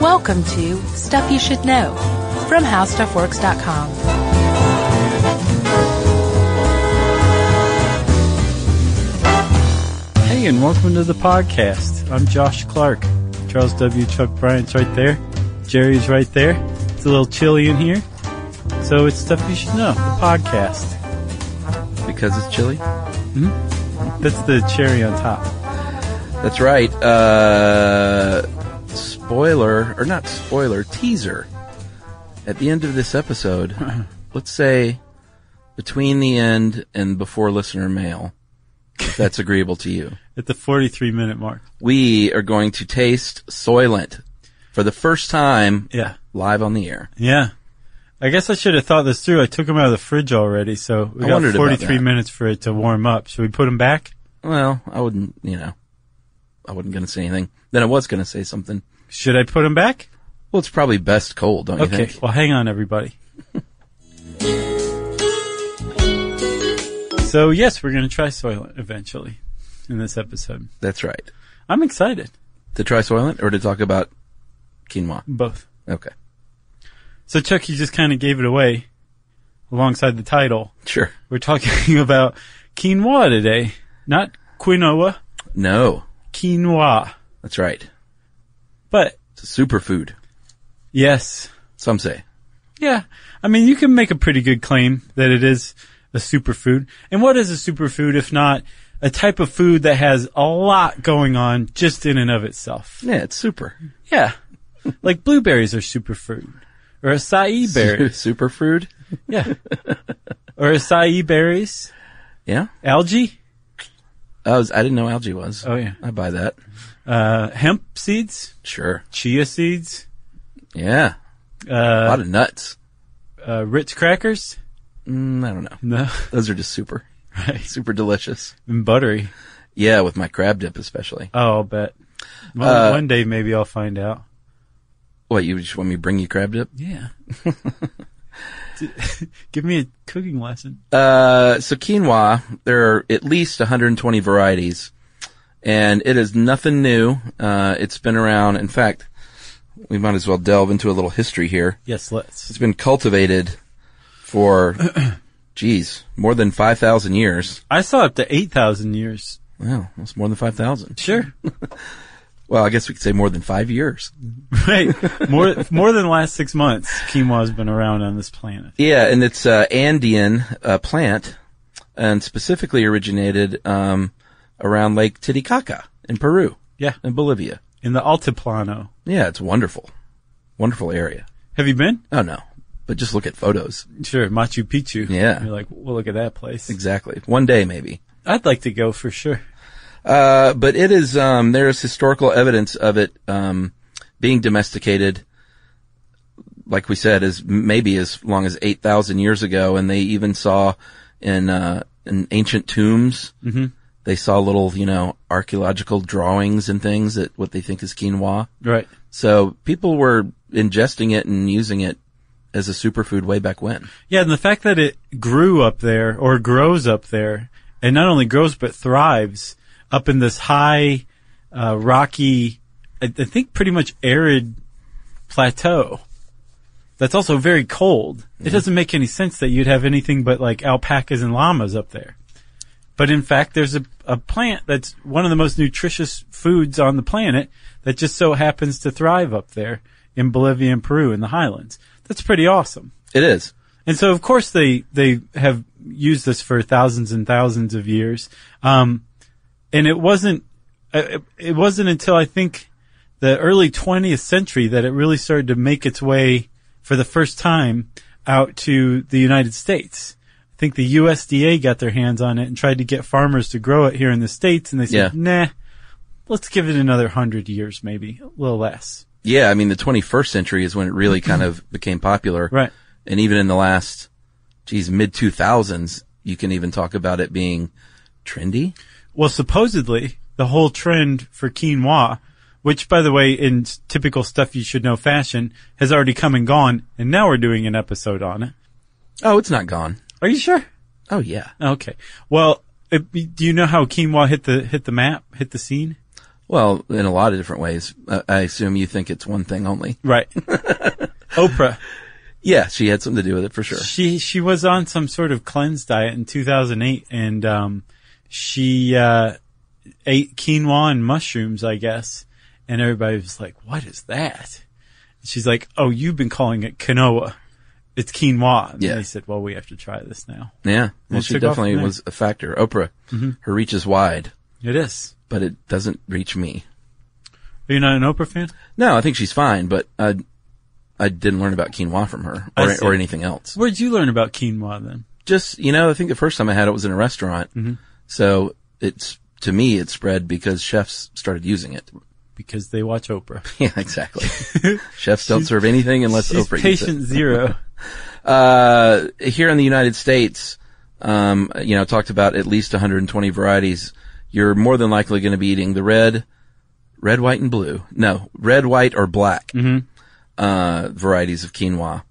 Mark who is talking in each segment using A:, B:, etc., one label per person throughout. A: Welcome to Stuff You Should Know from HowStuffWorks.com.
B: Hey, and welcome to the podcast. I'm Josh Clark. Charles W. Chuck Bryant's right there. Jerry's right there. It's a little chilly in here. So it's Stuff You Should Know, the podcast.
C: Because it's chilly?
B: Mm-hmm. That's the cherry on top.
C: That's right. Uh spoiler, or not spoiler, teaser. At the end of this episode, let's say between the end and before listener mail, if that's agreeable to you.
B: At the 43 minute mark.
C: We are going to taste Soylent for the first time
B: yeah.
C: live on the air.
B: Yeah. I guess I should have thought this through. I took them out of the fridge already, so we I got 43 minutes for it to warm up. Should we put them back?
C: Well, I wouldn't, you know, I wasn't going to say anything. Then I was going to say something.
B: Should I put them back?
C: Well, it's probably best cold, don't
B: okay.
C: you think?
B: Well, hang on, everybody. so, yes, we're going to try Soylent eventually in this episode.
C: That's right.
B: I'm excited.
C: To try Soylent or to talk about quinoa?
B: Both.
C: Okay.
B: So, Chuck, you just kind of gave it away alongside the title.
C: Sure.
B: We're talking about quinoa today, not quinoa.
C: No.
B: Quinoa.
C: That's right.
B: But
C: it's a superfood.
B: Yes.
C: Some say.
B: Yeah. I mean, you can make a pretty good claim that it is a superfood. And what is a superfood if not a type of food that has a lot going on just in and of itself?
C: Yeah, it's super.
B: Yeah. like blueberries are superfood. Or acai berries.
C: superfood?
B: Yeah. or acai berries.
C: Yeah.
B: Algae?
C: I, was, I didn't know algae was.
B: Oh yeah,
C: I buy that.
B: Uh, hemp seeds,
C: sure.
B: Chia seeds,
C: yeah. Uh, a lot of nuts.
B: Uh, Ritz crackers.
C: Mm, I don't know.
B: No,
C: those are just super,
B: right?
C: Super delicious
B: and buttery.
C: Yeah, with my crab dip especially.
B: Oh, I'll bet. Well, one day maybe I'll find out.
C: What you just want me to bring you crab dip?
B: Yeah. Give me a cooking lesson.
C: Uh, so quinoa, there are at least 120 varieties, and it is nothing new. Uh, it's been around. In fact, we might as well delve into a little history here.
B: Yes, let's.
C: It's been cultivated for, geez, more than 5,000 years.
B: I saw up to 8,000 years.
C: Wow, that's more than 5,000.
B: Sure.
C: well, I guess we could say more than five years.
B: right. More more than the last six months, quinoa's been around on this planet.
C: Yeah, and it's uh, Andean uh, plant, and specifically originated um, around Lake Titicaca in Peru.
B: Yeah,
C: in Bolivia,
B: in the Altiplano.
C: Yeah, it's wonderful, wonderful area.
B: Have you been?
C: Oh no, but just look at photos.
B: Sure, Machu Picchu.
C: Yeah,
B: you're like, well, look at that place.
C: Exactly. One day maybe.
B: I'd like to go for sure.
C: Uh, but it is um, there is historical evidence of it um, being domesticated like we said, as maybe as long as eight thousand years ago, and they even saw in uh, in ancient tombs,
B: mm-hmm.
C: they saw little you know archaeological drawings and things that what they think is quinoa.
B: Right.
C: So people were ingesting it and using it as a superfood way back when.
B: Yeah, and the fact that it grew up there or grows up there, and not only grows but thrives up in this high, uh, rocky, I, I think pretty much arid plateau that's also very cold. It doesn't make any sense that you'd have anything but like alpacas and llamas up there. But in fact, there's a, a plant that's one of the most nutritious foods on the planet that just so happens to thrive up there in Bolivia and Peru in the highlands. That's pretty awesome.
C: It is.
B: And so, of course, they, they have used this for thousands and thousands of years. Um, and it wasn't, uh, it it wasn't until I think the early 20th century that it really started to make its way for the first time out to the United States. I think the USDA got their hands on it and tried to get farmers to grow it here in the States. And they said,
C: Yeah.
B: nah, let's give it another hundred years, maybe a little less.
C: Yeah, I mean, the 21st century is when it really kind of became popular.
B: Right.
C: And even in the last, geez, mid 2000s, you can even talk about it being trendy.
B: Well, supposedly the whole trend for quinoa, which by the way, in s- typical stuff you should know fashion, has already come and gone, and now we're doing an episode on it.
C: Oh, it's not gone.
B: Are you sure?
C: Oh, yeah.
B: Okay. Well, it, do you know how quinoa hit the hit the map, hit the scene?
C: Well, in a lot of different ways. Uh, I assume you think it's one thing only.
B: Right. Oprah.
C: Yeah, she had something to do with it for sure.
B: She she was on some sort of cleanse diet in 2008, and um, she uh, ate quinoa and mushrooms, I guess. And everybody was like, "What is that?" And she's like, "Oh, you've been calling it quinoa. It's quinoa." And
C: Yeah.
B: they said, "Well, we have to try this now."
C: Yeah. Well,
B: It
C: she
B: took off Mm-hmm.
C: definitely
B: from there.
C: was a factor. Oprah, her reach is wide,
B: It is.
C: but it doesn't reach me.
B: Are you not an Oprah fan?
C: No, I think she's fine, but I, I didn't learn about quinoa from her
B: I
C: or,
B: see.
C: or anything else.
B: Where'd you learn about quinoa then?
C: Just, you know, I think the first time I had it was in a restaurant.
B: Mm-hmm.
C: So it's, to me, it spread because chefs started using it.
B: Because they watch Oprah.
C: Yeah, exactly. chefs don't serve anything unless
B: She's
C: Oprah uses
B: patient
C: it.
B: zero.
C: Uh, here in the United States, um, you know, talked about at least 120 varieties. You're more than likely going to be eating the red, red, white, and blue. No, red, white, or black uh, varieties of quinoa.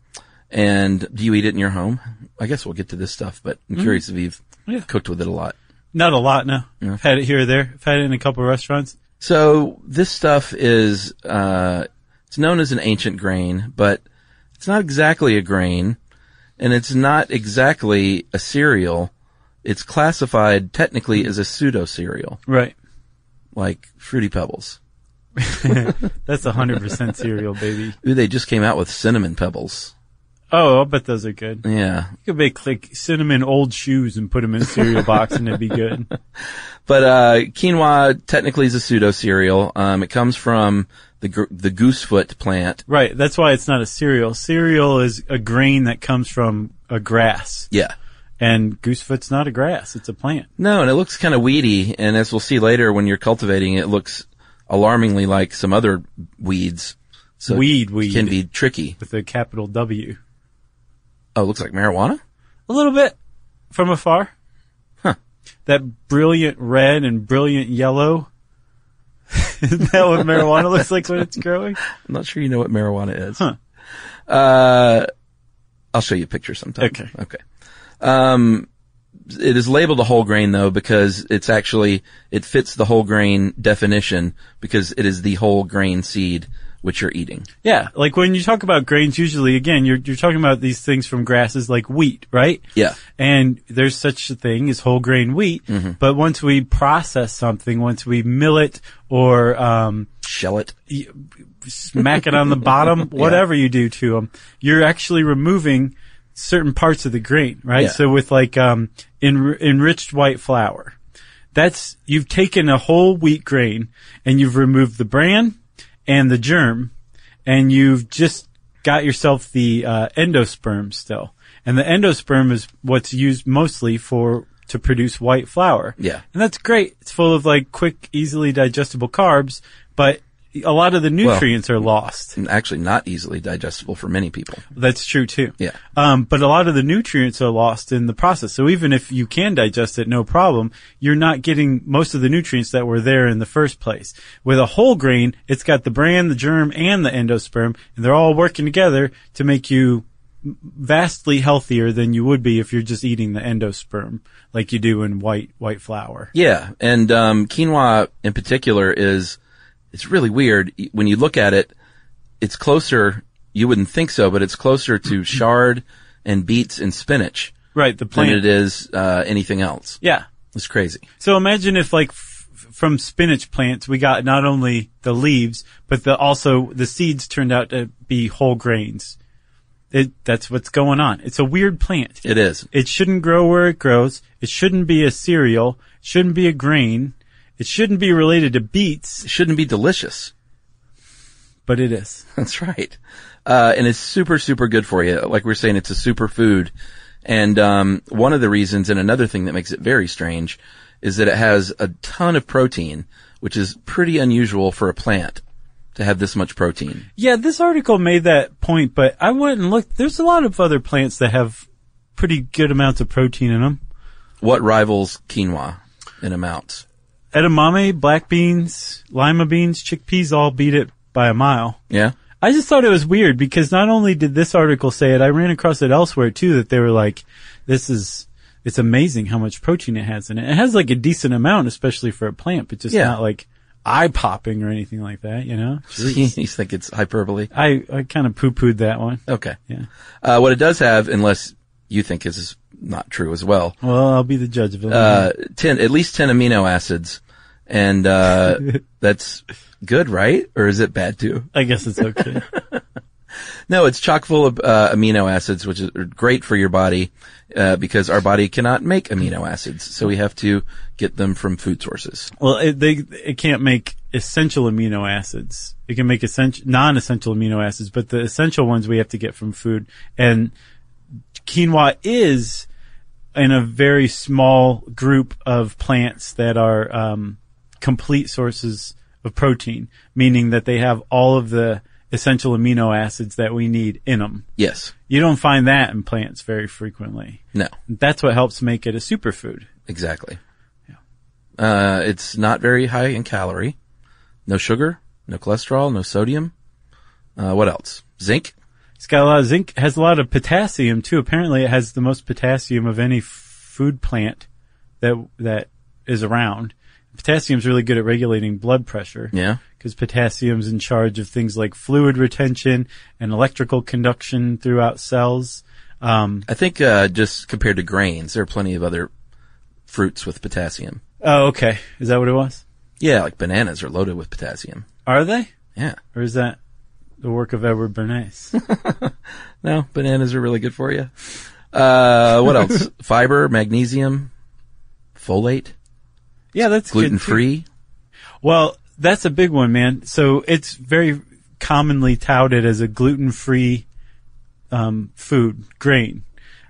C: And do you eat it in your home? I guess we'll get to this stuff, but I'm curious if you've
B: Yeah.
C: cooked with it a lot.
B: Not a lot, no. I've had it here or there. I've had it in a couple of restaurants.
C: So this stuff is uh, it's known as an ancient grain, but it's not exactly a grain, and it's not exactly a cereal. It's classified technically as a pseudo cereal,
B: Right.
C: like Fruity Pebbles.
B: That's 100% cereal, baby.
C: Ooh, they just came out with cinnamon pebbles.
B: Oh, I'll bet those are good.
C: Yeah,
B: You could make like cinnamon old shoes and put them in a cereal box and it'd be good.
C: but uh, quinoa technically is a pseudo cereal. Um, it comes from the gr- the goosefoot plant.
B: Right. That's why it's not a cereal. Cereal is a grain that comes from a grass
C: Yeah,
B: and goosefoot's not a grass. It's a plant.
C: No, and it looks kind of weedy, and as we'll see later, when you're cultivating, it looks alarmingly like some other weeds. So
B: Weed,
C: it
B: weed.
C: can be tricky.
B: with a capital W.
C: Oh, it looks like marijuana.
B: A little bit from afar.
C: Huh.
B: That brilliant red and brilliant yellow. Isn't that what marijuana looks like when it's growing?
C: I'm not sure you know what marijuana is.
B: Huh.
C: Uh, I'll show you a picture sometime.
B: Okay.
C: Okay. Um, it is labeled a whole grain though because it's actually it fits the whole grain definition because it is the whole grain seed which you're eating.
B: Yeah, like when you talk about grains, usually again you're you're talking about these things from grasses like wheat, right?
C: Yeah.
B: And there's such a thing as whole grain wheat, but once we process something, once we mill it or um,
C: Shell it.
B: y- smack it on the bottom, whatever you do to them, you're actually removing certain parts of the grain, right?
C: Yeah.
B: So with like um, en- enriched white flour, that's you've taken a whole wheat grain and you've removed the bran and the germ, and you've just got yourself the uh, endosperm still. And the endosperm is what's used mostly for to produce white flour.
C: Yeah.
B: and that's great. It's full of like quick, easily digestible carbs, but a lot of the nutrients are lost.
C: And actually not easily digestible for many people.
B: That's true too.
C: Yeah.
B: Um, but a lot of the nutrients are lost in the process. So even if you can digest it, no problem, you're not getting most of the nutrients that were there in the first place. With a whole grain, it's got the bran, the germ, and the endosperm, and they're all working together to make you vastly healthier than you would be if you're just eating the endosperm like you do in white white flour.
C: Yeah, and um, quinoa in particular is it's really weird Y- when you look at it. It's closer. You wouldn't think so, but it's closer to chard and beets and spinach
B: Right, the
C: than
B: plant
C: it is uh, anything else.
B: Yeah.
C: It's crazy.
B: So imagine if like f- from spinach plants we got not only the leaves but the also the seeds turned out to be whole grains. It, that's what's going on. It's a weird plant.
C: It is.
B: It shouldn't grow where it grows. It shouldn't be a cereal. It shouldn't be a grain. It shouldn't be related to beets,
C: It shouldn't be delicious.
B: but it is.
C: That's right. Uh, and it's super, super good for you. Like we were saying, it's a super food. And, um, one of the reasons and another thing that makes it very strange is that it has a ton of protein, which is pretty unusual for a plant to have this much protein.
B: Yeah, this article made that point, but I went and looked. There's a lot of other plants that have pretty good amounts of protein in them.
C: What rivals quinoa in amounts?
B: Edamame, black beans, lima beans, chickpeas all beat it by a mile.
C: Yeah.
B: I just thought it was weird because not only did this article say it, I ran across it elsewhere too that they were like, this is, it's amazing how much protein it has in it. It has like a decent amount, especially for a plant, but just
C: Yeah.
B: not like eye popping or anything like that, you know?
C: you think it's hyperbole?
B: I, I kind of poo pooed that one.
C: Okay.
B: Yeah.
C: Uh, what it does have, unless you think is- is not true as well,
B: Well, I'll be the judge of it.
C: uh, 10, at least 10 amino acids. And, uh, that's good, right? Or is it bad too?
B: I guess it's okay.
C: No, it's chock full of, uh, amino acids, which is- are great for your body, uh, because our body cannot make amino acids. So we have to get them from food sources.
B: well, it, they, it can't make essential amino acids. It can make essential, non-essential amino acids, but the essential ones we have to get from food. And quinoa is in a very small group of plants that are, um, complete sources of protein, meaning that they have all of the essential amino acids that we need in them.
C: Yes.
B: You don't find that in plants very frequently.
C: No.
B: That's what helps make it a superfood.
C: Exactly. Uh, it's not very high in calorie. No sugar, no cholesterol, no sodium. Uh, what else? Zinc?
B: It's got a lot of zinc. Has a lot of potassium too. Apparently, it has the most potassium of any f- food plant that that is around. Potassium's really good at regulating blood pressure.
C: Yeah.
B: Because potassium's in charge of things like fluid retention and electrical conduction throughout cells. Um,
C: I think, uh, just compared to grains, there are plenty of other fruits with potassium.
B: oh, okay. Is that what it was?
C: Yeah, like bananas are loaded with potassium.
B: Are they?
C: Yeah.
B: Or is that the work of Edward Bernays?
C: No, bananas are really good for you. Uh, what else? Fiber, magnesium, folate,
B: yeah, that's good, too.
C: gluten free.
B: Well, that's a big one, man. So it's very commonly touted as a gluten-free um, food grain,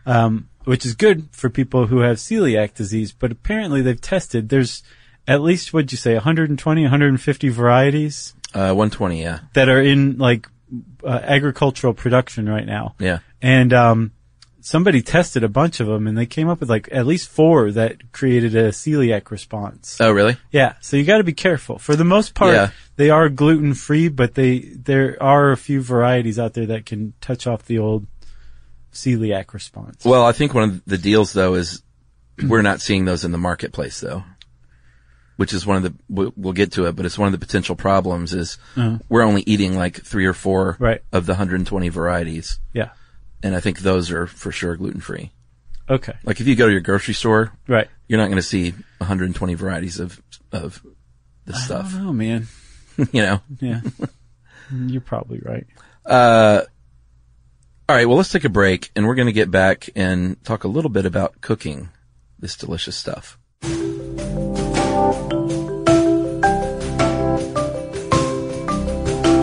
B: um, which is good for people who have celiac disease. But apparently, they've tested. There's at least what'd you say, 120, 150 varieties
C: Uh, 120, yeah.
B: that are in like uh, agricultural production right now.
C: Yeah.
B: And um, somebody tested a bunch of them, and they came up with like at least four that created a celiac response.
C: Oh, really?
B: Yeah, so you got to be careful. For the most part,
C: Yeah.
B: they are gluten free, but they there are a few varieties out there that can touch off the old celiac response.
C: Well, I think one of the deals though is we're not seeing those in the marketplace though, which is one of the, we- we'll get to it, but it's one of the potential problems is we're only eating like three or four
B: Uh-huh. Right.
C: of the 120 varieties.
B: Yeah.
C: And I think those are for sure gluten free.
B: Okay.
C: Like if you go to your grocery store,
B: Right.
C: you're not going to see 120 varieties of, of this stuff,
B: Oh man.
C: you know?
B: Yeah. You're probably right.
C: All right. Well, let's take a break and we're going to get back and talk a little bit about cooking this delicious stuff.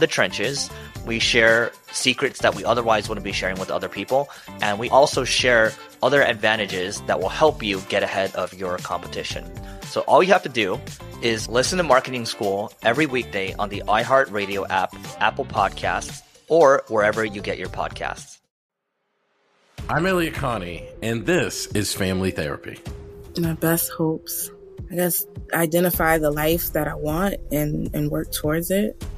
D: the trenches. We share secrets that we otherwise wouldn't be sharing with other people. And we also share other advantages that will help you get ahead of your competition. So all you have to do is listen to Marketing School every weekday on the iHeartRadio app, Apple Podcasts, or wherever you get your podcasts.
E: I'm Elliot Connie, and this is Family Therapy.
F: my best hopes. I guess identify the life that I want and, and work towards it.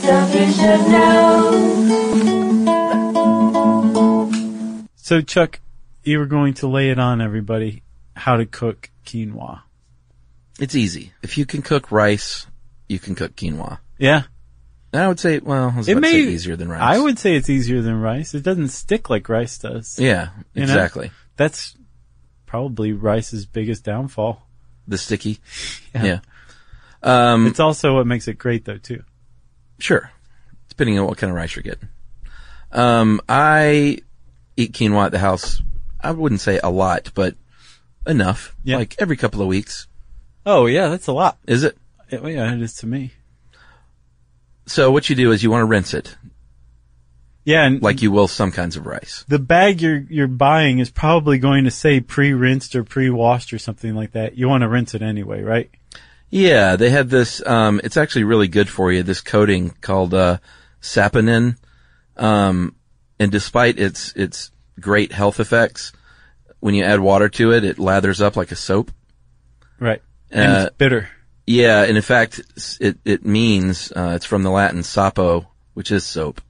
G: Stuff you should know.
B: So, Chuck, you were going to lay it on everybody how to cook quinoa.
C: It's easy. If you can cook rice, you can cook quinoa.
B: Yeah.
C: And I would say, well, I was about to say easier than rice.
B: I would say it's easier than rice. It doesn't stick like rice does.
C: Yeah,
B: You know?
C: exactly.
B: That's probably rice's biggest downfall.
C: The sticky. Yeah. Um,
B: it's also what makes it great though too.
C: Sure. Depending on what kind of rice you're getting. Um, I eat quinoa at the house. I wouldn't say a lot, but enough.
B: Yeah.
C: Like every couple of weeks.
B: Oh yeah, that's a lot.
C: Is it?
B: It, well, yeah, it is to me.
C: So what you do is you want to rinse it.
B: Yeah, and
C: like you will some kinds of rice.
B: The bag you're you're buying is probably going to say pre-rinsed or pre-washed or something like that. You want to rinse it anyway, right?
C: Yeah, they had this. Um, it's actually really good for you. This coating called uh, saponin, um, and despite its its great health effects, when you add water to it, it lathers up like a soap.
B: Right. And
C: Uh,
B: it's bitter.
C: Yeah, and in fact, s- it it means uh, it's from the Latin sapo, which is soap.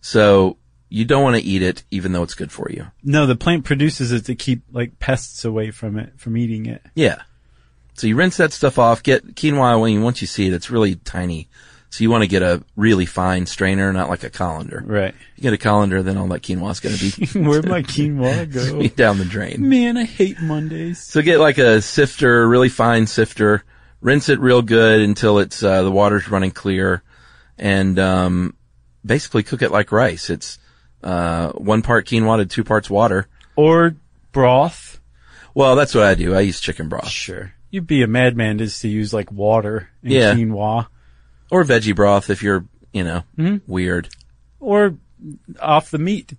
C: So you don't want to eat it, even though it's good for you.
B: No, the plant produces it to keep like pests away from it from eating it.
C: Yeah. So you rinse that stuff off. Get quinoa when you once you see it, it's really tiny. So you want to get a really fine strainer, not like a colander.
B: Right.
C: You get a colander, then all that quinoa's going to be
B: Where'd my quinoa go?
C: be down the drain.
B: Man, I hate Mondays.
C: So get like a sifter, really fine sifter. Rinse it real good until it's uh, the water's running clear, and um, basically cook it like rice. It's uh, one part quinoa to two parts water.
B: Or broth.
C: Well, that's what I do. I use chicken broth.
B: Sure. You'd be a madman just to use like water and
C: Yeah.
B: quinoa
C: Or veggie broth if you're, you know, weird.
B: or off the meat.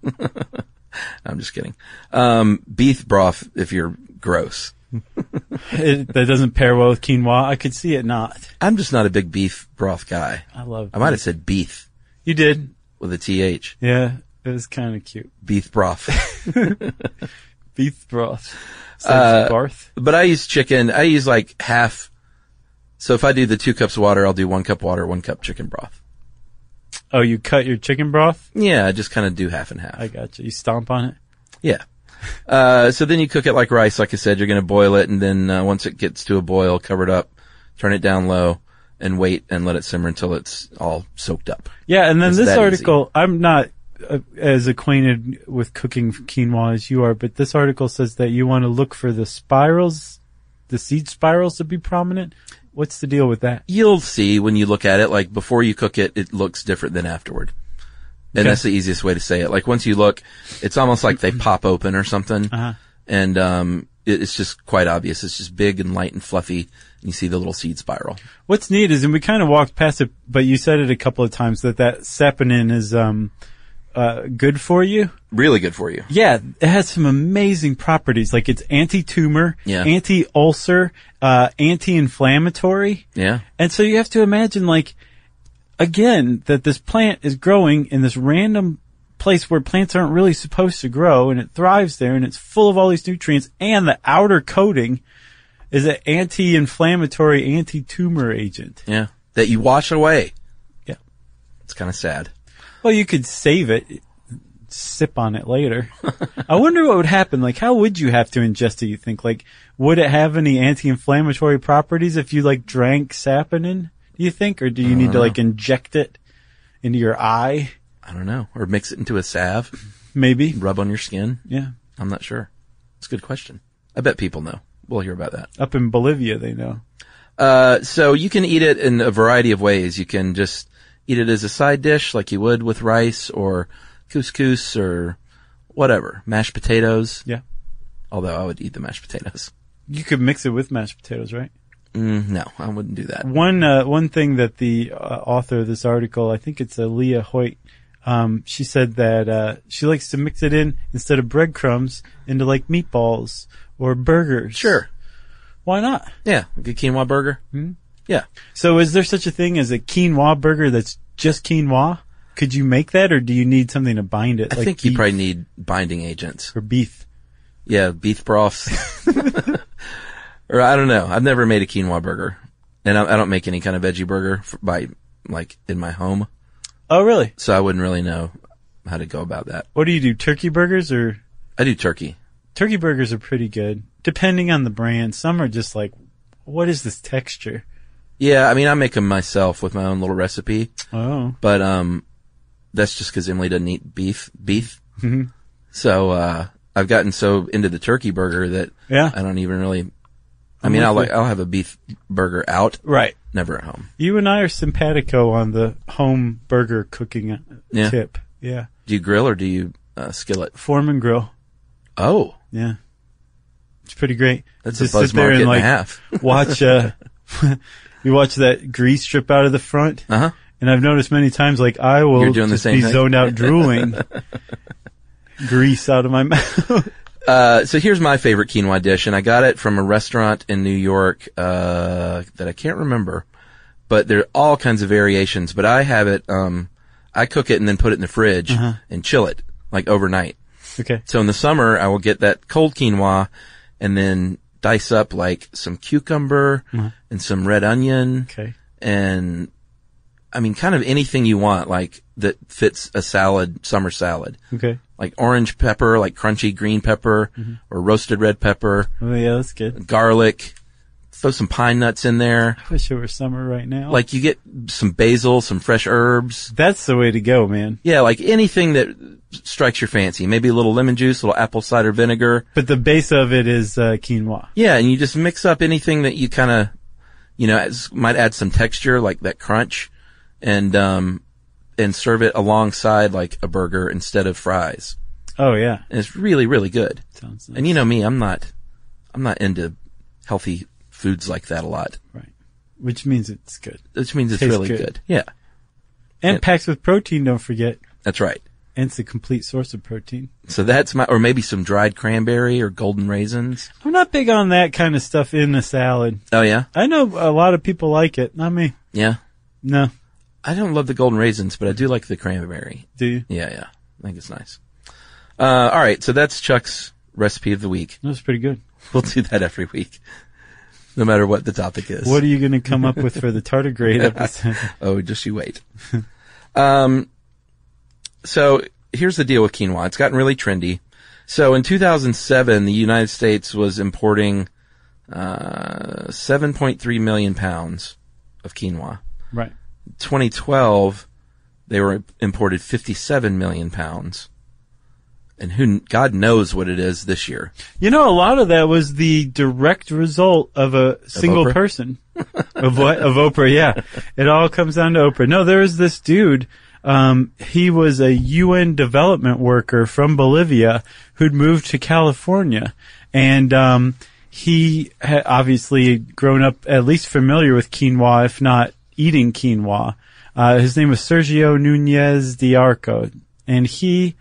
C: I'm just kidding. Um, beef broth if you're gross.
B: it, that doesn't pair well with quinoa. I could see it not.
C: I'm just not a big beef broth guy.
B: I love
C: I might have
B: beef.
C: said beef
B: You did.
C: with a th.
B: Yeah. It was kind of cute.
C: Beef broth.
B: Beef broth. So
C: Uh,
B: barth.
C: But I use chicken. I use like half. So if I do the two cups of water, I'll do one cup water, one cup chicken broth.
B: Oh, you cut your chicken broth?
C: Yeah, I just kind of do half and half.
B: I gotcha. You stomp on it.
C: Yeah. Uh, so then you cook it like rice. Like I said, you're going to boil it. And then uh, once it gets to a boil, cover it up, turn it down low and wait and let it simmer until it's all soaked up.
B: Yeah, and then
C: It's
B: this
C: that
B: article, I'm not uh, as acquainted with cooking quinoa as you are, but this article says that you want to look for the spirals, the seed spirals to be prominent. What's the deal with that?
C: You'll see when you look at it, like before you cook it, it looks different than afterward. And
B: Okay.
C: that's the easiest way to say it. Like once you look, it's almost like they pop open or something.
B: Uh-huh.
C: And, um, it, it's just quite obvious. It's just big and light and fluffy. And you see the little seed spiral.
B: What's neat is, and we kind of walked past it, but you said it a couple of times that that saponin is, um, uh, good for you.
C: Really good for you.
B: Yeah, it has some amazing properties. Like it's anti-tumor,
C: Yeah.
B: anti-ulcer, uh, anti-inflammatory.
C: Yeah.
B: And so you have to imagine, like, again, that this plant is growing in this random place where plants aren't really supposed to grow, and it thrives there, and it's full of all these nutrients, and the outer coating is an anti-inflammatory, anti-tumor agent.
C: Yeah. That you wash away.
B: Yeah.
C: It's kind of sad.
B: Well, you could save it, sip on it later. I wonder what would happen. Like, how would you have to ingest it? You think like, would it have any anti-inflammatory properties if you like drank saponin? Do you think, or do you need to
C: dunno.
B: like inject it into your eye?
C: I don't know. Or mix it into a salve.
B: Maybe.
C: Rub on your skin.
B: Yeah.
C: I'm not sure. It's a good question. I bet people know. We'll hear about that.
B: Up in Bolivia, they know.
C: Uh, so you can eat it in a variety of ways. You can just eat it as a side dish like you would with rice or couscous or whatever. Mashed potatoes.
B: Yeah.
C: Although I would eat the mashed potatoes.
B: You could mix it with mashed potatoes, right?
C: Mm, no, I wouldn't do that.
B: One uh, one thing that the uh, author of this article, I think it's uh, Leah Hoyt, um, she said that uh, she likes to mix it in instead of breadcrumbs into like meatballs or burgers. Sure, why not?
C: Yeah, a good quinoa burger.
B: Hmm?
C: Yeah.
B: So, is there such a thing as a quinoa burger that's just quinoa? Could you make that, or do you need something to bind it?
C: I think you probably need binding agents.
B: Or beef.
C: Yeah, beef broths. or I don't know. I've never made a quinoa burger. And I, I don't make any kind of veggie burger f by, like, in my home.
B: Oh, really?
C: So I wouldn't really know how to go about that.
B: What do you do? Turkey burgers or
C: I do turkey.
B: turkey burgers are pretty good, depending on the brand. Some are just like, what is this texture?
C: Yeah, I mean, I make them myself with my own little recipe.
B: Oh.
C: But, um, that's just cause Emily doesn't eat beef, beef.
B: Mhm.
C: So, uh, I've gotten so into the turkey burger that
B: Yeah.
C: I don't even really, I
B: I'm
C: mean,
B: with
C: I'll like,
B: you.
C: I'll have a beef burger out.
B: Right.
C: Never at home.
B: You and I are simpatico on the home burger cooking uh,
C: Yeah.
B: tip. Yeah.
C: Do you grill or do you, uh, skillet?
B: Form and grill.
C: Oh.
B: Yeah. It's pretty great.
C: That's a Buzz Market and a half.
B: watch, uh, you watch that grease drip out of the front.
C: Uh-huh.
B: And I've noticed many times, like, I will
C: You're doing the
B: just
C: same
B: be
C: thing.
B: zoned out drooling grease out of my mouth.
C: Uh, so here's my favorite quinoa dish, and I got it from a restaurant in New York uh, that I can't remember, but there are all kinds of variations. But I have it, um, I cook it and then put it in the fridge
B: Uh-huh.
C: and chill it like overnight.
B: Okay.
C: So in the summer, I will get that cold quinoa and then dice up like some cucumber
B: Uh-huh.
C: and some red onion.
B: Okay.
C: And I mean, kind of anything you want, like that fits a salad, summer salad
B: Okay.
C: like orange pepper, like crunchy green pepper
B: Mhm.
C: or roasted red pepper,
B: Oh, yeah, that's good.
C: garlic, throw some pine nuts in there.
B: I wish it were summer right now.
C: Like you get some basil, some fresh herbs.
B: that's the way to go, man.
C: Yeah, like anything that strikes your fancy. Maybe a little lemon juice, a little apple cider vinegar.
B: But the base of it is uh, quinoa.
C: Yeah, and you just mix up anything that you kind of, you know, as, might add some texture, like that crunch, and um, and serve it alongside like a burger instead of fries.
B: Oh, yeah.
C: and it's really really good.
B: Sounds
C: And you know me, I'm not I'm not into healthy foods like that a lot,
B: Which means it's good.
C: which means it's
B: Tastes
C: really good. Yeah,
B: And packed with protein, don't forget.
C: that's right.
B: And it's a complete source of protein.
C: So that's my or maybe some dried cranberry or golden raisins.
B: I'm not big on that kind of stuff in a salad.
C: Oh yeah,
B: I know a lot of people like it. Not me.
C: yeah.
B: No.
C: I don't love the golden raisins, but I do like the cranberry.
B: Do you?
C: Yeah, yeah. I think it's nice. Uh, all right, so that's Chuck's recipe of the week.
B: That's pretty good.
C: We'll do that every week, no matter what the topic is.
B: What are you going to come up with for the tardigrade episode?
C: oh, just you wait. um, so here's the deal with quinoa. It's gotten really trendy. So in 2007, the United States was importing uh, 7.3 million pounds of quinoa.
B: Right.
C: 2012, they were imported 57 million pounds. And who kn- God knows what it is this year.
B: You know, a lot of that was the direct result of a single
C: Oprah?
B: person. of what? Of Oprah, yeah. It all comes down to Oprah. No, there was this dude. Um, he was a UN development worker from Bolivia who'd moved to California. And, um, he had obviously grown up at least familiar with quinoa, if not eating quinoa. Uh, his name was Sergio Nunez de Arco. And he,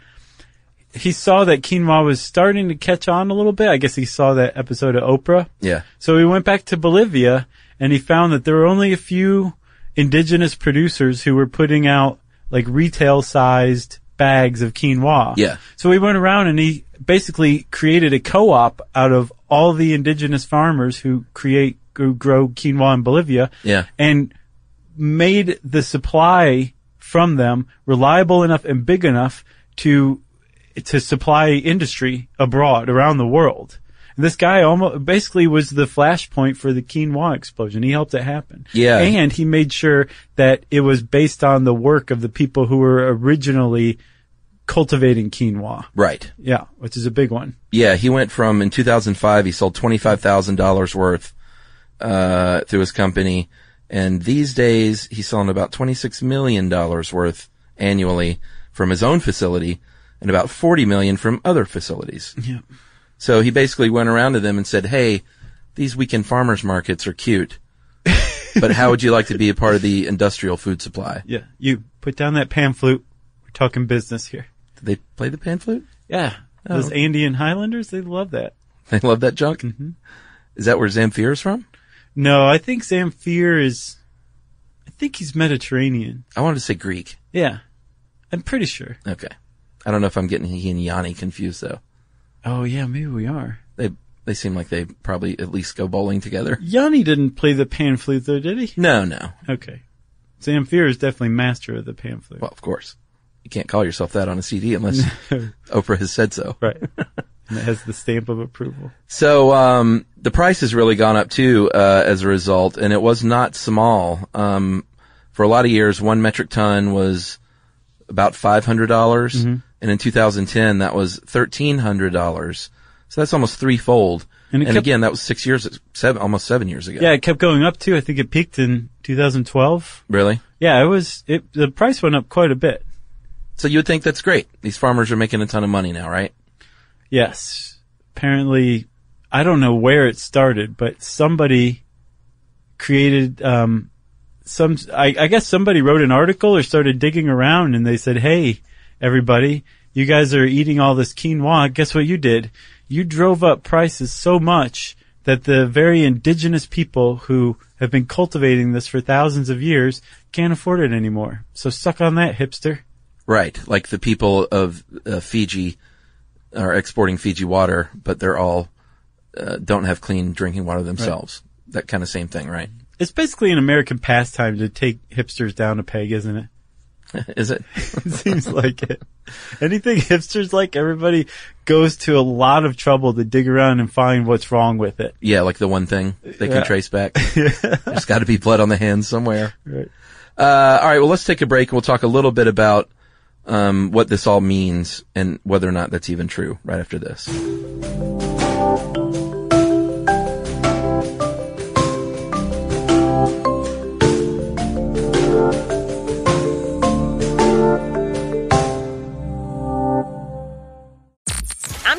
B: he saw that quinoa was starting to catch on a little bit. I guess he saw that episode of Oprah.
C: Yeah.
B: So he went back to Bolivia and he found that there were only a few indigenous producers who were putting out like retail sized bags of quinoa.
C: Yeah.
B: So he went around and he basically created a co-op out of all the indigenous farmers who create, who grow quinoa in Bolivia
C: Yeah.
B: and made the supply from them, reliable enough and big enough to to supply industry abroad around the world. And this guy almost basically was the flashpoint for the quinoa explosion. He helped it happen.
C: Yeah.
B: And he made sure that it was based on the work of the people who were originally cultivating quinoa.
C: Right.
B: Yeah, which is a big one.
C: Yeah, he went from in 2005 he sold twenty five thousand dollars worth uh, through his company, and these days he's selling about twenty six million dollars worth annually from his own facility, and about forty million from other facilities.
B: Yeah.
C: So he basically went around to them and said, "Hey, these weekend farmers markets are cute, but how would you like to be a part of the industrial food supply?"
B: Yeah. You put down that pan flute. We're talking business here.
C: Did they play the pan flute?
B: Yeah.
C: Oh.
B: Those Andean Highlanders, they love that.
C: They love that junk. Is that where Zamfir is from?
B: No, I think Zamfir is. I think he's Mediterranean.
C: I wanted to say Greek.
B: Yeah, I'm pretty sure.
C: Okay. I don't know if I'm getting he and Yanni confused though.
B: Oh yeah, maybe we are.
C: They they seem like they probably at least go bowling together.
B: Yanni didn't play the pan flute though, did he?
C: No, no.
B: Okay. Zamfir is definitely master of the pan flute.
C: Well, of course. You can't call yourself that on a CD unless Oprah has said so.
B: Right. and it has the stamp of approval.
C: So um, the price has really gone up too uh, as a result, and it was not small. Um, for a lot of years, one metric ton was about five hundred dollars,
B: Mhm.
C: and in 2010 that was thirteen hundred dollars. So that's almost threefold.
B: And
C: And,
B: it kept-
C: again, that was six years, seven, almost seven years ago.
B: Yeah. it kept going up too. I think it peaked in 2012.
C: Really?
B: Yeah, it was. It the price went up quite a bit.
C: So you would think that's great. These farmers are making a ton of money now, right?
B: Yes. Apparently, I don't know where it started, but somebody created um, some. I, I guess somebody wrote an article or started digging around, and they said, "Hey, everybody, you guys are eating all this quinoa. Guess what you did? You drove up prices so much that the very indigenous people who have been cultivating this for thousands of years can't afford it anymore. So suck on that, hipster."
C: Right. Like the people of uh, Fiji are exporting Fiji water, but they're all uh, don't have clean drinking water themselves. That kind of same thing, right?
B: It's basically an American pastime to take hipsters down a peg, isn't it?
C: Is it?
B: It seems like it. Anything hipsters like, everybody goes to a lot of trouble to dig around and find what's wrong with it.
C: Yeah, like the one thing they
B: Yeah.
C: can trace back. There's got to be blood on the hands somewhere.
B: Right.
C: Uh, all right. Well, let's take a break and we'll talk a little bit about um, what this all means and whether or not that's even true. Right after this.
H: I'm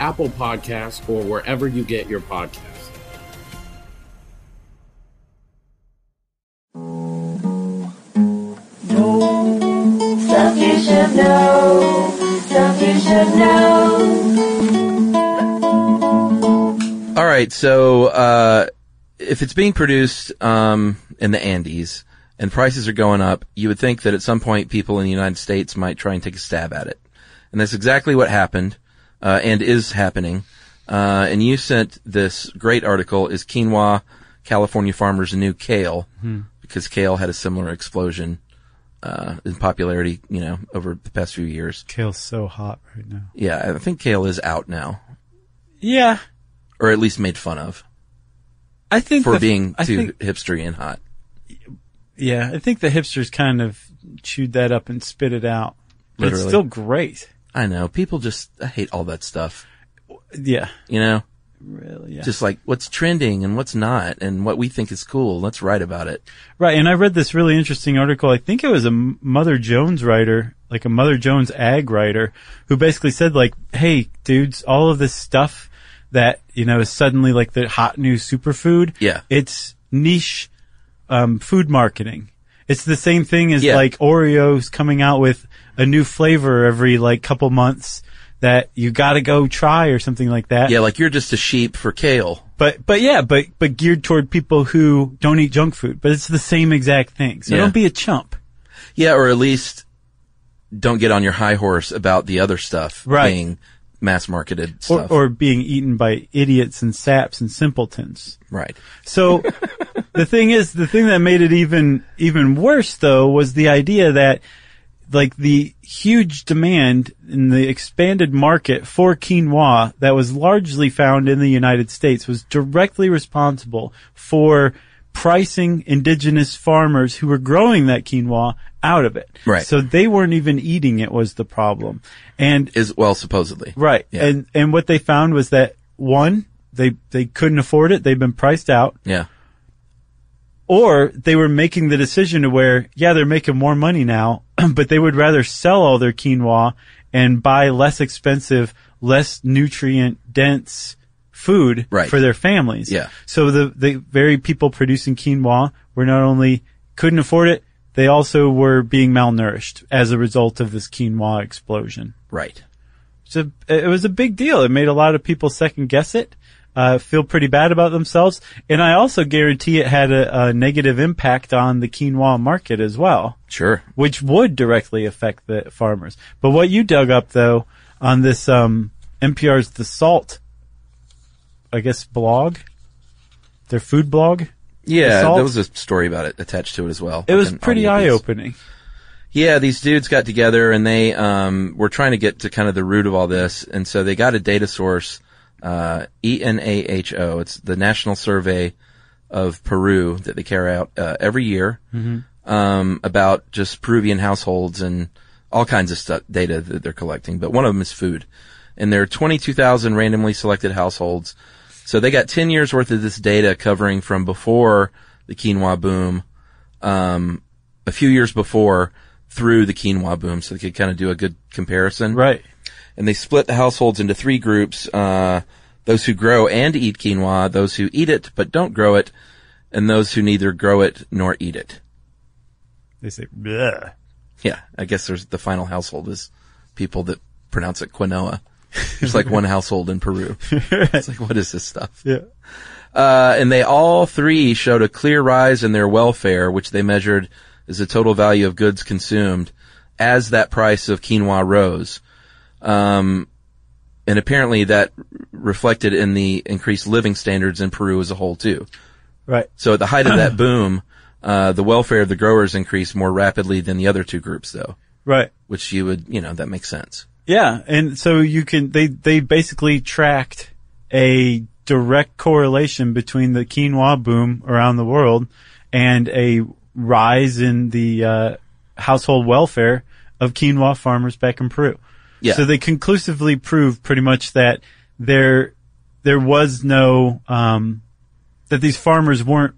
I: Apple Podcasts, or wherever you get your podcasts.
G: should know. Stuff you should know.
C: All right, so uh, if it's being produced um, in the Andes and prices are going up, you would think that at some point people in the United States might try and take a stab at it, and that's exactly what happened uh, and is happening. Uh, and you sent this great article: "Is quinoa California farmers' new kale?"
B: Hmm.
C: Because kale had a similar explosion uh, in popularity, you know, over the past few years.
B: Kale's so hot right now.
C: Yeah, I think kale is out now,
B: Yeah,
C: or at least made fun of.
B: I think
C: for
B: the-
C: being
B: I
C: too
B: think-
C: hipstery and hot.
B: yeah. I think the hipsters kind of chewed that up and spit it out. But
C: Literally.
B: It's still great.
C: I know people just I hate all that stuff.
B: Yeah.
C: You know,
B: Really. Yeah.
C: just like what's trending and what's not, and what we think is cool. Let's write about it.
B: Right, and I read this really interesting article. I think it was a M- Mother Jones writer, like a Mother Jones ag writer, who basically said like, "Hey, dudes, all of this stuff that you know is suddenly like the hot new superfood.
C: Yeah.
B: it's niche um, food marketing. It's the same thing as
C: Yeah.
B: like Oreos coming out with a new flavor every like couple months that you got to go try or something like that.
C: Yeah, like you're just a sheep for kale.
B: But but yeah, but but geared toward people who don't eat junk food. But it's the same exact thing. So
C: Yeah.
B: don't be a chump.
C: Yeah, or at least don't get on your high horse about the other stuff
B: Right.
C: being mass marketed
B: Or,
C: stuff.
B: or being eaten by idiots and saps and simpletons.
C: right.
B: So the thing is, the thing that made it even even worse though was the idea that like the huge demand in the expanded market for quinoa that was largely found in the United States was directly responsible for pricing indigenous farmers who were growing that quinoa out of it.
C: Right.
B: So they weren't even eating it was the problem. And
C: Is well supposedly.
B: Right.
C: Yeah.
B: And and what they found was that one, they they couldn't afford it, they've been priced out,
C: Yeah.
B: or they were making the decision to where, yeah, they're making more money now, but they would rather sell all their quinoa and buy less expensive, less nutrient dense food
C: Right.
B: for their families.
C: Yeah.
B: So the the very people producing quinoa were not only couldn't afford it, they also were being malnourished as a result of this quinoa explosion.
C: Right.
B: So it was a big deal. It made a lot of people second guess it, uh, feel pretty bad about themselves, and I also guarantee it had a, a negative impact on the quinoa market as well,
C: Sure.
B: which would directly affect the farmers. But what you dug up though on this um, NPR's The Salt, I guess blog, their food blog. The
C: Yeah,
B: Salt?
C: there was a story about it attached to it as well.
B: It was
C: Like an
B: pretty
C: audio
B: eye
C: piece.
B: opening.
C: Yeah, these dudes got together and they um, were trying to get to kind of the root of all this, and so they got a data source, uh, ENAHO. It's the National Survey of Peru that they carry out uh, every year
G: Mhm.
C: um, about just Peruvian households and all kinds of stuff data that they're collecting. But one of them is food, and there are 22,000 randomly selected households. So they got 10 years worth of this data covering from before the quinoa boom um, a few years before through the quinoa boom, so they could kind of do a good comparison.
B: Right.
C: And they split the households into three groups: uh, those who grow and eat quinoa, those who eat it but don't grow it, and those who neither grow it nor eat it.
B: They say, Bleh.
C: Yeah, I guess there's the final household is people that pronounce it quinoa. There's like one household in Peru. It's like, what is this stuff?
B: Yeah.
C: Uh, and they all three showed a clear rise in their welfare, which they measured as the total value of goods consumed as that price of quinoa rose. Um, and apparently that reflected in the increased living standards in Peru as a whole too.
B: right?
C: So at the height of that boom, uh, the welfare of the growers increased more rapidly than the other two groups though,
B: Right.
C: which you would, you know, that makes sense.
B: Yeah, and so you can they they basically tracked a direct correlation between the quinoa boom around the world and a rise in the uh, household welfare of quinoa farmers back in Peru.
C: Yeah.
B: So they conclusively proved pretty much that there there was no um, that these farmers weren't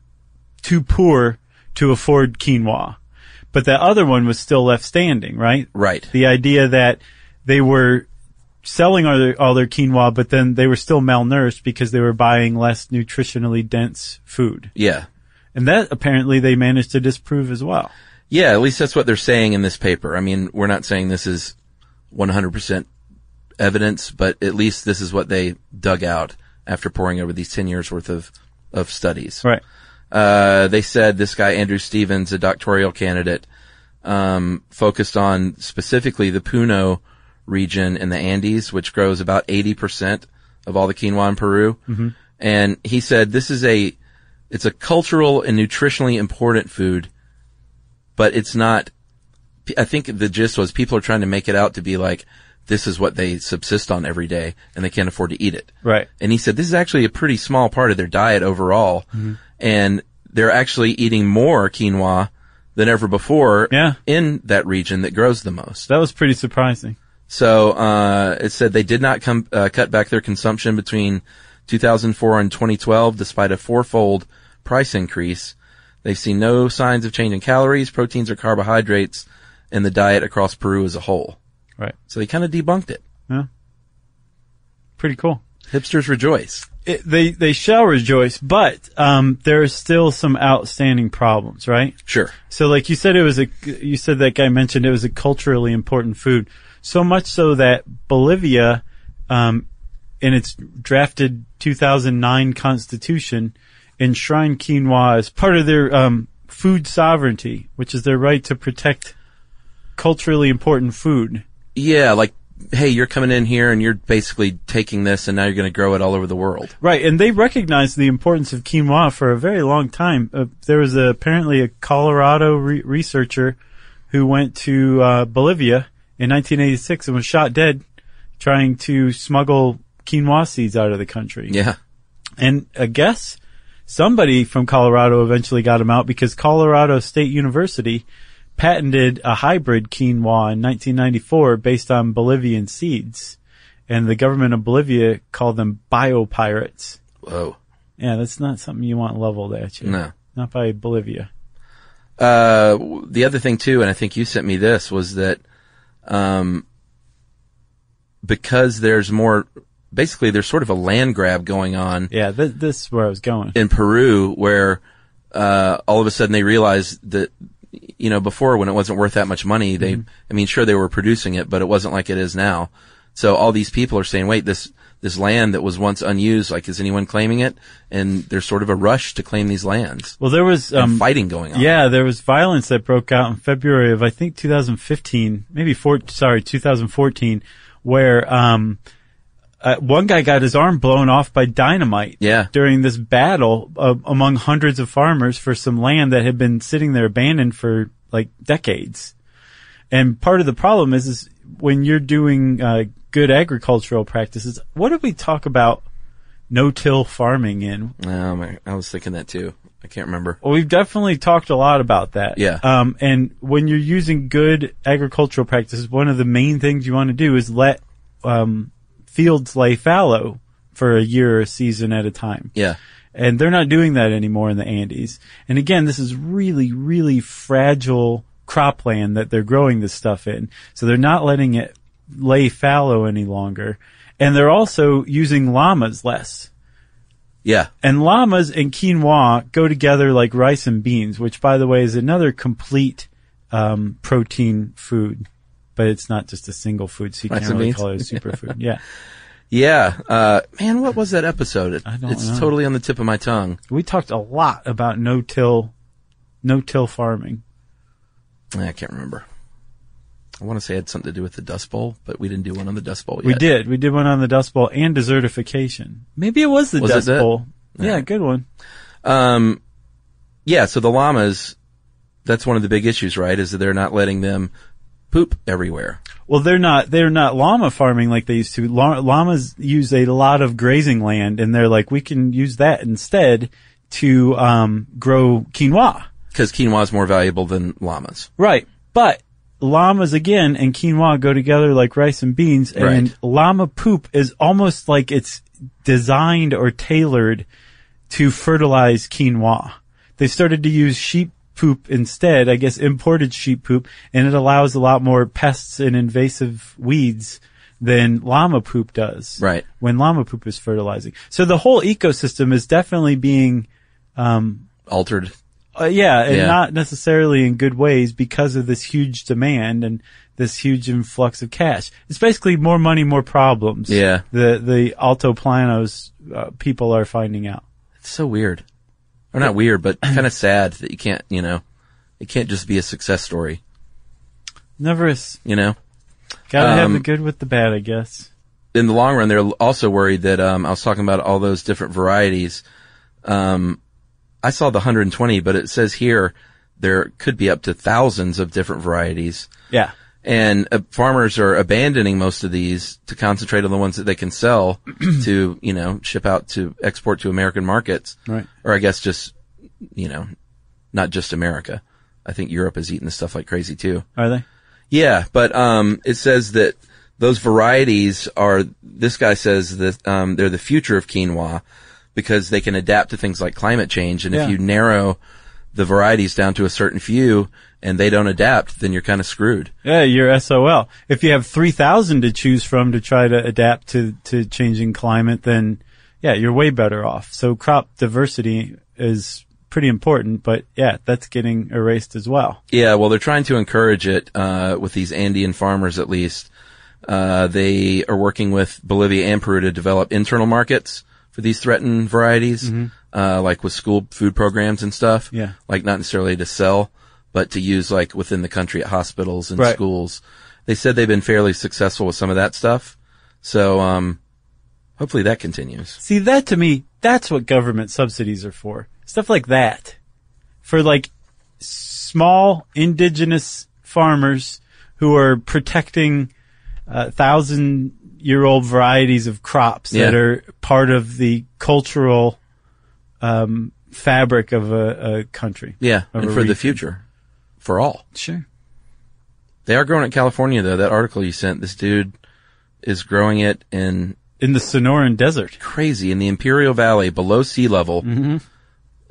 B: too poor to afford quinoa, but that other one was still left standing, right?
C: Right.
B: The idea that they were selling all their, all their quinoa, but then they were still malnourished because they were buying less nutritionally dense food.
C: Yeah.
B: And that apparently they managed to disprove as well.
C: Yeah, at least that's what they're saying in this paper. I mean, we're not saying this is 100% evidence, but at least this is what they dug out after pouring over these 10 years worth of, of studies.
B: Right.
C: Uh, they said this guy, Andrew Stevens, a doctoral candidate, um, focused on specifically the Puno region in the Andes, which grows about 80% of all the quinoa in Peru.
B: Mhm.
C: And he said this is a, it's a cultural and nutritionally important food, but it's not, I think the gist was people are trying to make it out to be like, this is what they subsist on every day and they can't afford to eat it.
B: Right.
C: And he said this is actually a pretty small part of their diet overall.
B: Mhm.
C: And they're actually eating more quinoa than ever before in that region that grows the most.
B: That was pretty surprising.
C: So, uh, it said they did not come, uh, cut back their consumption between 2004 and 2012 despite a fourfold price increase. They've seen no signs of change in calories, proteins or carbohydrates in the diet across Peru as a whole.
B: Right.
C: So they kind of debunked it.
B: Pretty cool.
C: Hipsters rejoice.
B: It, they they shall rejoice, but um, there are still some outstanding problems, right?
C: Sure.
B: So, like you said, it was a you said that guy mentioned it was a culturally important food, so much so that Bolivia, um, in its drafted 2009 constitution, enshrined quinoa as part of their um, food sovereignty, which is their right to protect culturally important food.
C: Yeah, like, hey, you're coming in here and you're basically taking this and now you're going to grow it all over the world.
B: Right, and they recognized the importance of quinoa for a very long time. Uh, there was a, apparently a Colorado re- researcher who went to uh, Bolivia in 1986 and was shot dead trying to smuggle quinoa seeds out of the country.
C: Yeah.
B: And I guess somebody from Colorado eventually got him out because Colorado State University patented a hybrid quinoa in 1994 based on Bolivian seeds. And the government of Bolivia called them biopirates.
C: Whoa.
B: Yeah, that's not something you want leveled at you.
C: No.
B: Not by Bolivia.
C: Uh, w- the other thing too, and I think you sent me this, was that, um, because there's more, basically there's sort of a land grab going on
B: Yeah, th- this is where I was going.
C: in Peru where, uh, all of a sudden they realized that, you know, before when it wasn't worth that much money, they,
B: Mhm.
C: I mean, sure they were producing it, but it wasn't like it is now. So all these people are saying, wait, this, this land that was once unused, like is anyone claiming it? And there's sort of a rush to claim these lands.
B: Well, there was
C: And
B: um,
C: fighting going on.
B: Yeah, there was violence that broke out in February of I think 2015, maybe four. Sorry, 2014, where um, uh, one guy got his arm blown off by dynamite.
C: Yeah.
B: During this battle uh, among hundreds of farmers for some land that had been sitting there abandoned for like decades. And part of the problem is, is when you're doing uh, good agricultural practices, what did we talk about no-till farming in?
C: Oh my, I was thinking that too. I can't remember.
B: Well, we've definitely talked a lot about that.
C: Yeah.
B: Um, and when you're using good agricultural practices, one of the main things you want to do is let um, fields lay fallow for a year or a season at a time.
C: Yeah.
B: And they're not doing that anymore in the Andes. And again, this is really, really fragile cropland that they're growing this stuff in. So they're not letting it lay fallow any longer. And they're also using llamas less.
C: Yeah.
B: And llamas and quinoa go together like rice and beans, which, by the way, is another complete um, protein food. But it's not just a single food, so you
C: Rice
B: can't
C: and
B: really
C: beans?
B: call it a superfood. yeah.
C: Yeah. Uh, man, what was that episode? It,
B: don't
C: it's
B: know.
C: totally on the tip of my tongue.
B: We talked a lot about no-till, no-till farming.
C: I can't remember. I want to say it had something to do with the Dust Bowl, but we didn't do one on the Dust Bowl yet.
B: We did. We did one on the Dust Bowl and desertification. Maybe it was the
C: Was it
B: Dust
C: that?
B: Bowl. Yeah, good one.
C: Um, yeah. So the llamas, that's one of the big issues, right? Is that they're not letting them poop everywhere.
B: Well, they're not they're not llama farming like they used to. Lla- Llamas use a lot of grazing land, and they're like, we can use that instead to um, grow quinoa.
C: Because quinoa is more valuable than llamas.
B: Right, but llamas again and quinoa go together like rice and beans, and
C: Right.
B: llama poop is almost like it's designed or tailored to fertilize quinoa. They started to use sheep poop instead, I guess imported sheep poop, and it allows a lot more pests and invasive weeds than llama poop does.
C: Right.
B: When llama poop is fertilizing. So the whole ecosystem is definitely being um,
C: Altered.
B: Uh, yeah, and
C: Yeah.
B: not necessarily in good ways because of this huge demand and this huge influx of cash. It's basically more money, more problems.
C: Yeah.
B: The the altoplanos uh, people are finding out.
C: It's so weird, or not weird, but kind of sad that you can't, you know, it can't just be a success story.
B: Never is.
C: You know,
B: Gotta have
C: Um,
B: the good with the bad, I guess.
C: in the long run, they're also worried that um, I was talking about all those different varieties. Um, I saw the 120, but it says here there could be up to thousands of different varieties.
B: Yeah.
C: And uh, farmers are abandoning most of these to concentrate on the ones that they can sell to, you know, ship out to export to American markets.
B: Right.
C: Or I guess just, you know, not just America. I think Europe is eating this stuff like crazy too.
B: Are they?
C: Yeah, but um, it says that those varieties are. This guy says that um, they're the future of quinoa because they can adapt to things like climate change. And
B: Yeah.
C: if you narrow the varieties down to a certain few and they don't adapt, then you're kind of screwed.
B: Yeah, you're SOL. If you have 3,000 to choose from to try to adapt to, to changing climate, then yeah, you're way better off. So crop diversity is pretty important, but yeah, that's getting erased as well.
C: Yeah, well, they're trying to encourage it uh, with these Andean farmers, at least. Uh, they are working with Bolivia and Peru to develop internal markets for these threatened varieties, uh, like with school food programs and stuff.
B: Mm-hmm. Yeah.
C: like not necessarily to sell, but to use like within the country at hospitals and
B: Right.
C: schools. They said they've been fairly successful with some of that stuff, so um, hopefully that continues.
B: See, that to me, that's what government subsidies are for. Stuff like that. For like small indigenous farmers who are protecting uh, thousand year old varieties of crops that
C: Yeah.
B: are part of the cultural um, fabric of a, a country.
C: Yeah,
B: Of
C: and
B: a
C: for the
B: region.
C: future, for all.
B: Sure.
C: They are growing it in California though. That article you sent, this dude is growing it in
B: in the Sonoran Desert.
C: Crazy in the Imperial Valley, below sea level,
B: Mhm.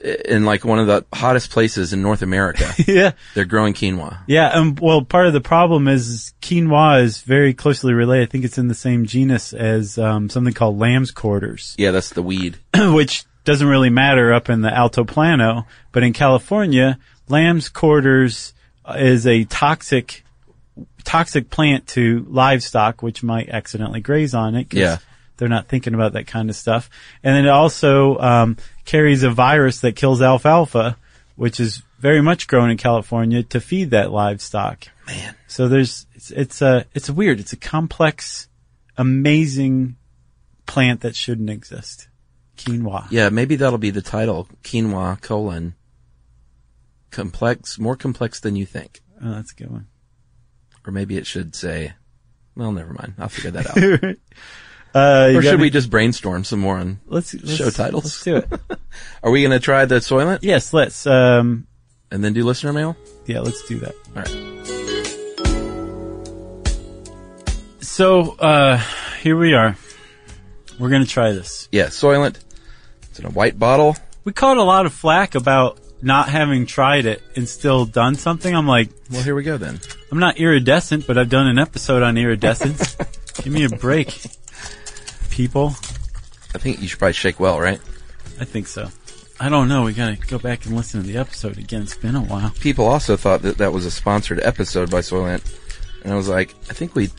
C: i- in like one of the hottest places in North America.
B: yeah,
C: they're growing quinoa.
B: Yeah, um, well, part of the problem is quinoa is very closely related. I think it's in the same genus as um, something called lamb's quarters,
C: Yeah, that's the weed.
B: which doesn't really matter up in the Altoplano, but in California, lamb's quarters is a toxic toxic plant to livestock, which might accidentally graze on it. 'cause
C: Yeah.
B: They're not thinking about that kind of stuff. And then it also um, carries a virus that kills alfalfa, which is very much grown in California to feed that livestock. Man. So there's it's it's a it's weird. It's a complex, amazing plant that shouldn't exist. Quinoa.
C: Yeah, maybe that'll be the title: quinoa colon complex, more complex than you think.
B: Oh, that's a good one.
C: Or maybe it should say, well, never mind. I'll figure that out.
B: uh, you
C: or
B: got
C: should
B: any-
C: we just brainstorm some more on
B: Let's- let's-
C: show titles?
B: let's do it.
C: Are we going to try the Soylent?
B: Yes, let's. Um,
C: and then do listener mail?
B: Yeah, let's do that.
C: All right.
B: So uh, here we are. We're gonna try this.
C: Yeah, Soylent. It's in a white bottle.
B: We caught a lot of flack about not having tried it and still done something. I'm like,
C: well, here we go then.
B: I'm not iridescent, but I've done an episode on iridescence. Give me a break, people.
C: I think you should probably shake well, right?
B: I think so. I don't know. We gotta go back and listen to the episode again. It's been a while.
C: People also thought that that was a sponsored episode by Soylent, and I was like, I think we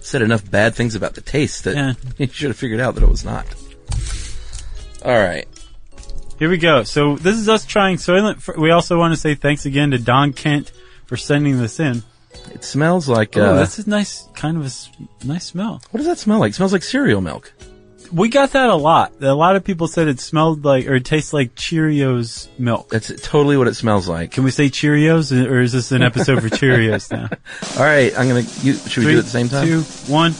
C: said enough bad things about the taste that
B: Yeah.
C: you should have figured out that it was not. All right.
B: Here we go. So this is us trying Soylent. Fr- We also want to say thanks again to Don Kent for sending this in.
C: It smells like.
B: Oh,
C: uh,
B: that's a nice kind of a s- nice smell.
C: What does that smell like? It smells like cereal milk.
B: We got that a lot. A lot of people said it smelled like or it tastes like Cheerios milk.
C: That's totally what it smells like.
B: Can we say Cheerios or is this an episode for Cheerios now?
C: All right, I'm gonna. You, should we do it at the same time?
B: Two, one.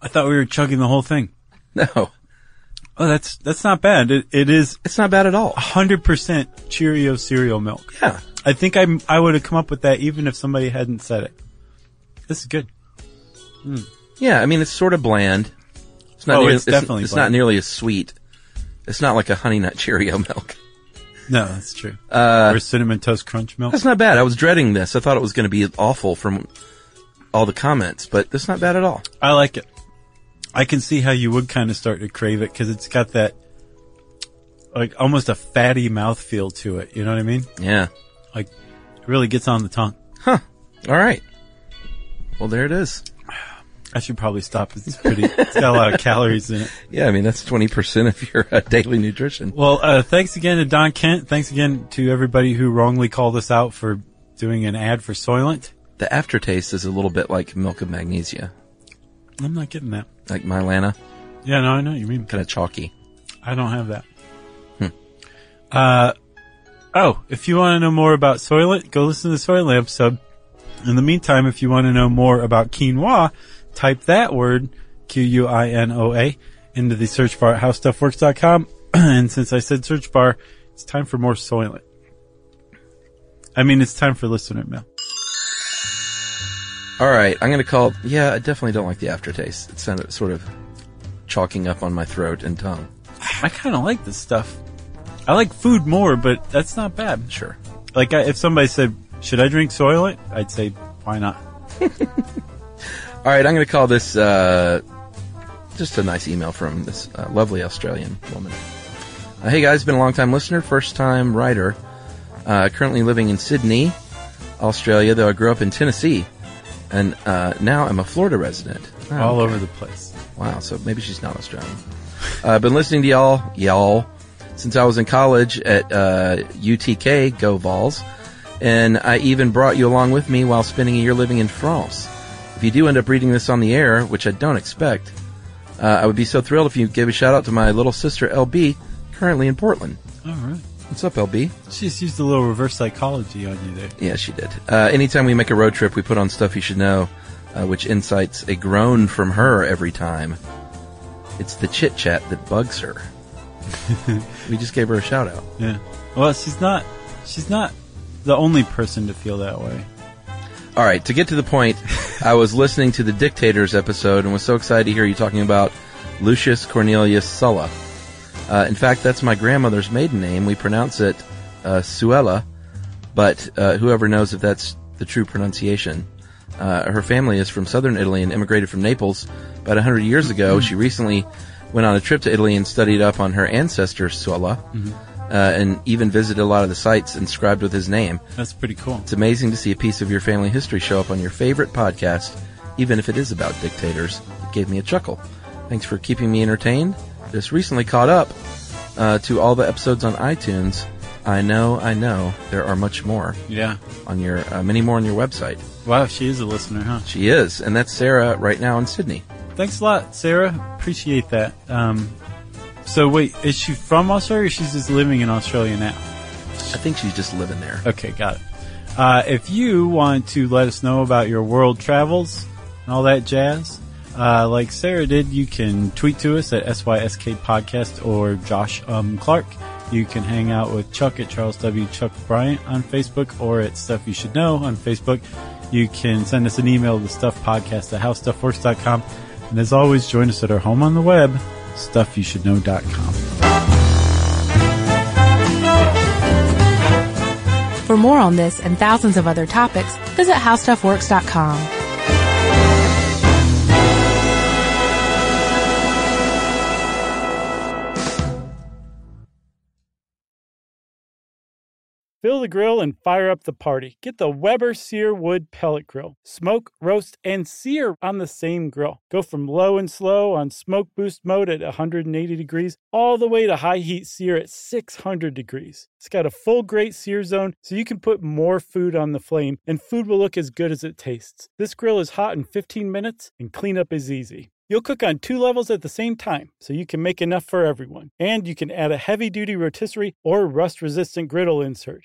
B: I thought we were chugging the whole thing.
C: No.
B: Oh, that's that's not bad. It, it is.
C: It's not bad at all.
B: Hundred percent Cheerio cereal milk.
C: oh, Yeah.
B: I think I I would have come up with that even if somebody hadn't said it. This is good. Mm.
C: Yeah, I mean it's sort of bland. It's not.
B: Oh,
C: nearly,
B: it's definitely
C: It's
B: bland.
C: not nearly as sweet. It's not like a honey nut Cheerio milk.
B: No, that's true.
C: Uh,
B: or cinnamon toast crunch milk.
C: That's not bad. I was dreading this. I thought it was going to be awful from all the comments, but that's not bad at all.
B: I like it. I can see how you would kind of start to crave it because it's got that like almost a fatty mouthfeel to it. You know what I mean?
C: Yeah.
B: Like it really gets on the tongue.
C: Huh. All right. Well, there it is.
B: I should probably stop. It's pretty. it's got a lot of calories in it.
C: Yeah, I mean that's twenty percent of your uh, daily nutrition.
B: Well, uh, thanks again to Don Kent. Thanks again to everybody who wrongly called us out for doing an ad for Soylent.
C: The aftertaste is a little bit like milk of magnesia,
B: I'm not getting that.
C: like Mylana,
B: Yeah, no, I know what you mean.
C: kind of chalky.
B: I don't have that. Uh, oh, if you want to know more about Soylent, go listen to the Soylent episode. In the meantime, if you want to know more about quinoa, type that word, Q-U-I-N-O-A, into the search bar at howstuffworks.com. and since I said search bar, it's time for more Soylent. I mean, it's time for listener mail.
C: All right, I'm gonna call. Yeah, I definitely don't like the aftertaste. It sounded sort of chalking up on my throat and tongue.
B: I kind of like this stuff. I like food more, but that's not bad.
C: Sure.
B: Like, I, if somebody said, should I drink Soylent? I'd say, why not?
C: All right, I'm going to call this uh, just a nice email from this uh, lovely Australian woman. Uh, hey guys, been a long time listener, first time writer. Uh, currently living in Sydney, Australia, though I grew up in Tennessee, and uh, now I'm a Florida resident. Oh,
B: All
C: okay.
B: over the place.
C: Wow, so maybe she's not Australian. Uh, I've been listening to y'all, y'all, since I was in college at uh, UTK, Go Vols, and I even brought you along with me while spending a year living in France. If you do end up reading this on the air, which I don't expect, uh, I would be so thrilled if you gave a shout out to my little sister LB, currently in Portland.
B: All right.
C: What's up, LB?
B: She's used a little reverse psychology on you there.
C: Yeah, she did. Uh, anytime we make a road trip, we put on stuff you should know, uh, which incites a groan from her every time. It's the chit chat that bugs her. we just gave her a shout out.
B: Yeah. Well, she's not. She's not the only person to feel that way.
C: All right, to get to the point, I was listening to the Dictators episode and was so excited to hear you talking about Lucius Cornelius Sulla. Uh, in fact, that's my grandmother's maiden name. We pronounce it uh, Suella, but uh, whoever knows if that's the true pronunciation. Uh, her family is from southern Italy and immigrated from Naples about 100 years ago. she recently went on a trip to Italy and studied up on her ancestor Suella, uh, and even visited a lot of the sites inscribed with his name.
B: That's pretty cool.
C: It's amazing to see a piece of your family history show up on your favorite podcast, even if it is about dictators. It gave me a chuckle. Thanks for keeping me entertained. Just recently caught up uh, to all the episodes on iTunes. I know, I know, there are much more
B: Yeah.
C: on your uh, many more on your website.
B: Wow, she is a listener, huh?
C: She is, and that's Sarah right now in Sydney.
B: Thanks a lot, Sarah. Appreciate that. Um, so wait, is she from Australia or she's just living in Australia now?
C: I think she's just living there.
B: Okay, got it. Uh, if you want to let us know about your world travels and all that jazz, uh, like Sarah did, you can tweet to us at SYSK Podcast or Josh um, Clark. You can hang out with Chuck at Charles W. Chuck Bryant on Facebook or at Stuff You Should Know on Facebook. You can send us an email to stuffpodcast at howstuffworks.com. And as always, join us at our home on the web, stuffyoushouldknow.com.
A: For more on this and thousands of other topics, visit howstuffworks.com.
J: Fill the grill and fire up the party. Get the Weber Sear Wood Pellet Grill. Smoke, roast, and sear on the same grill. Go from low and slow on smoke boost mode at 180 degrees all the way to high heat sear at 600 degrees. It's got a full grate sear zone so you can put more food on the flame and food will look as good as it tastes. This grill is hot in 15 minutes and cleanup is easy. You'll cook on two levels at the same time, so you can make enough for everyone. And you can add a heavy duty rotisserie or rust resistant griddle insert.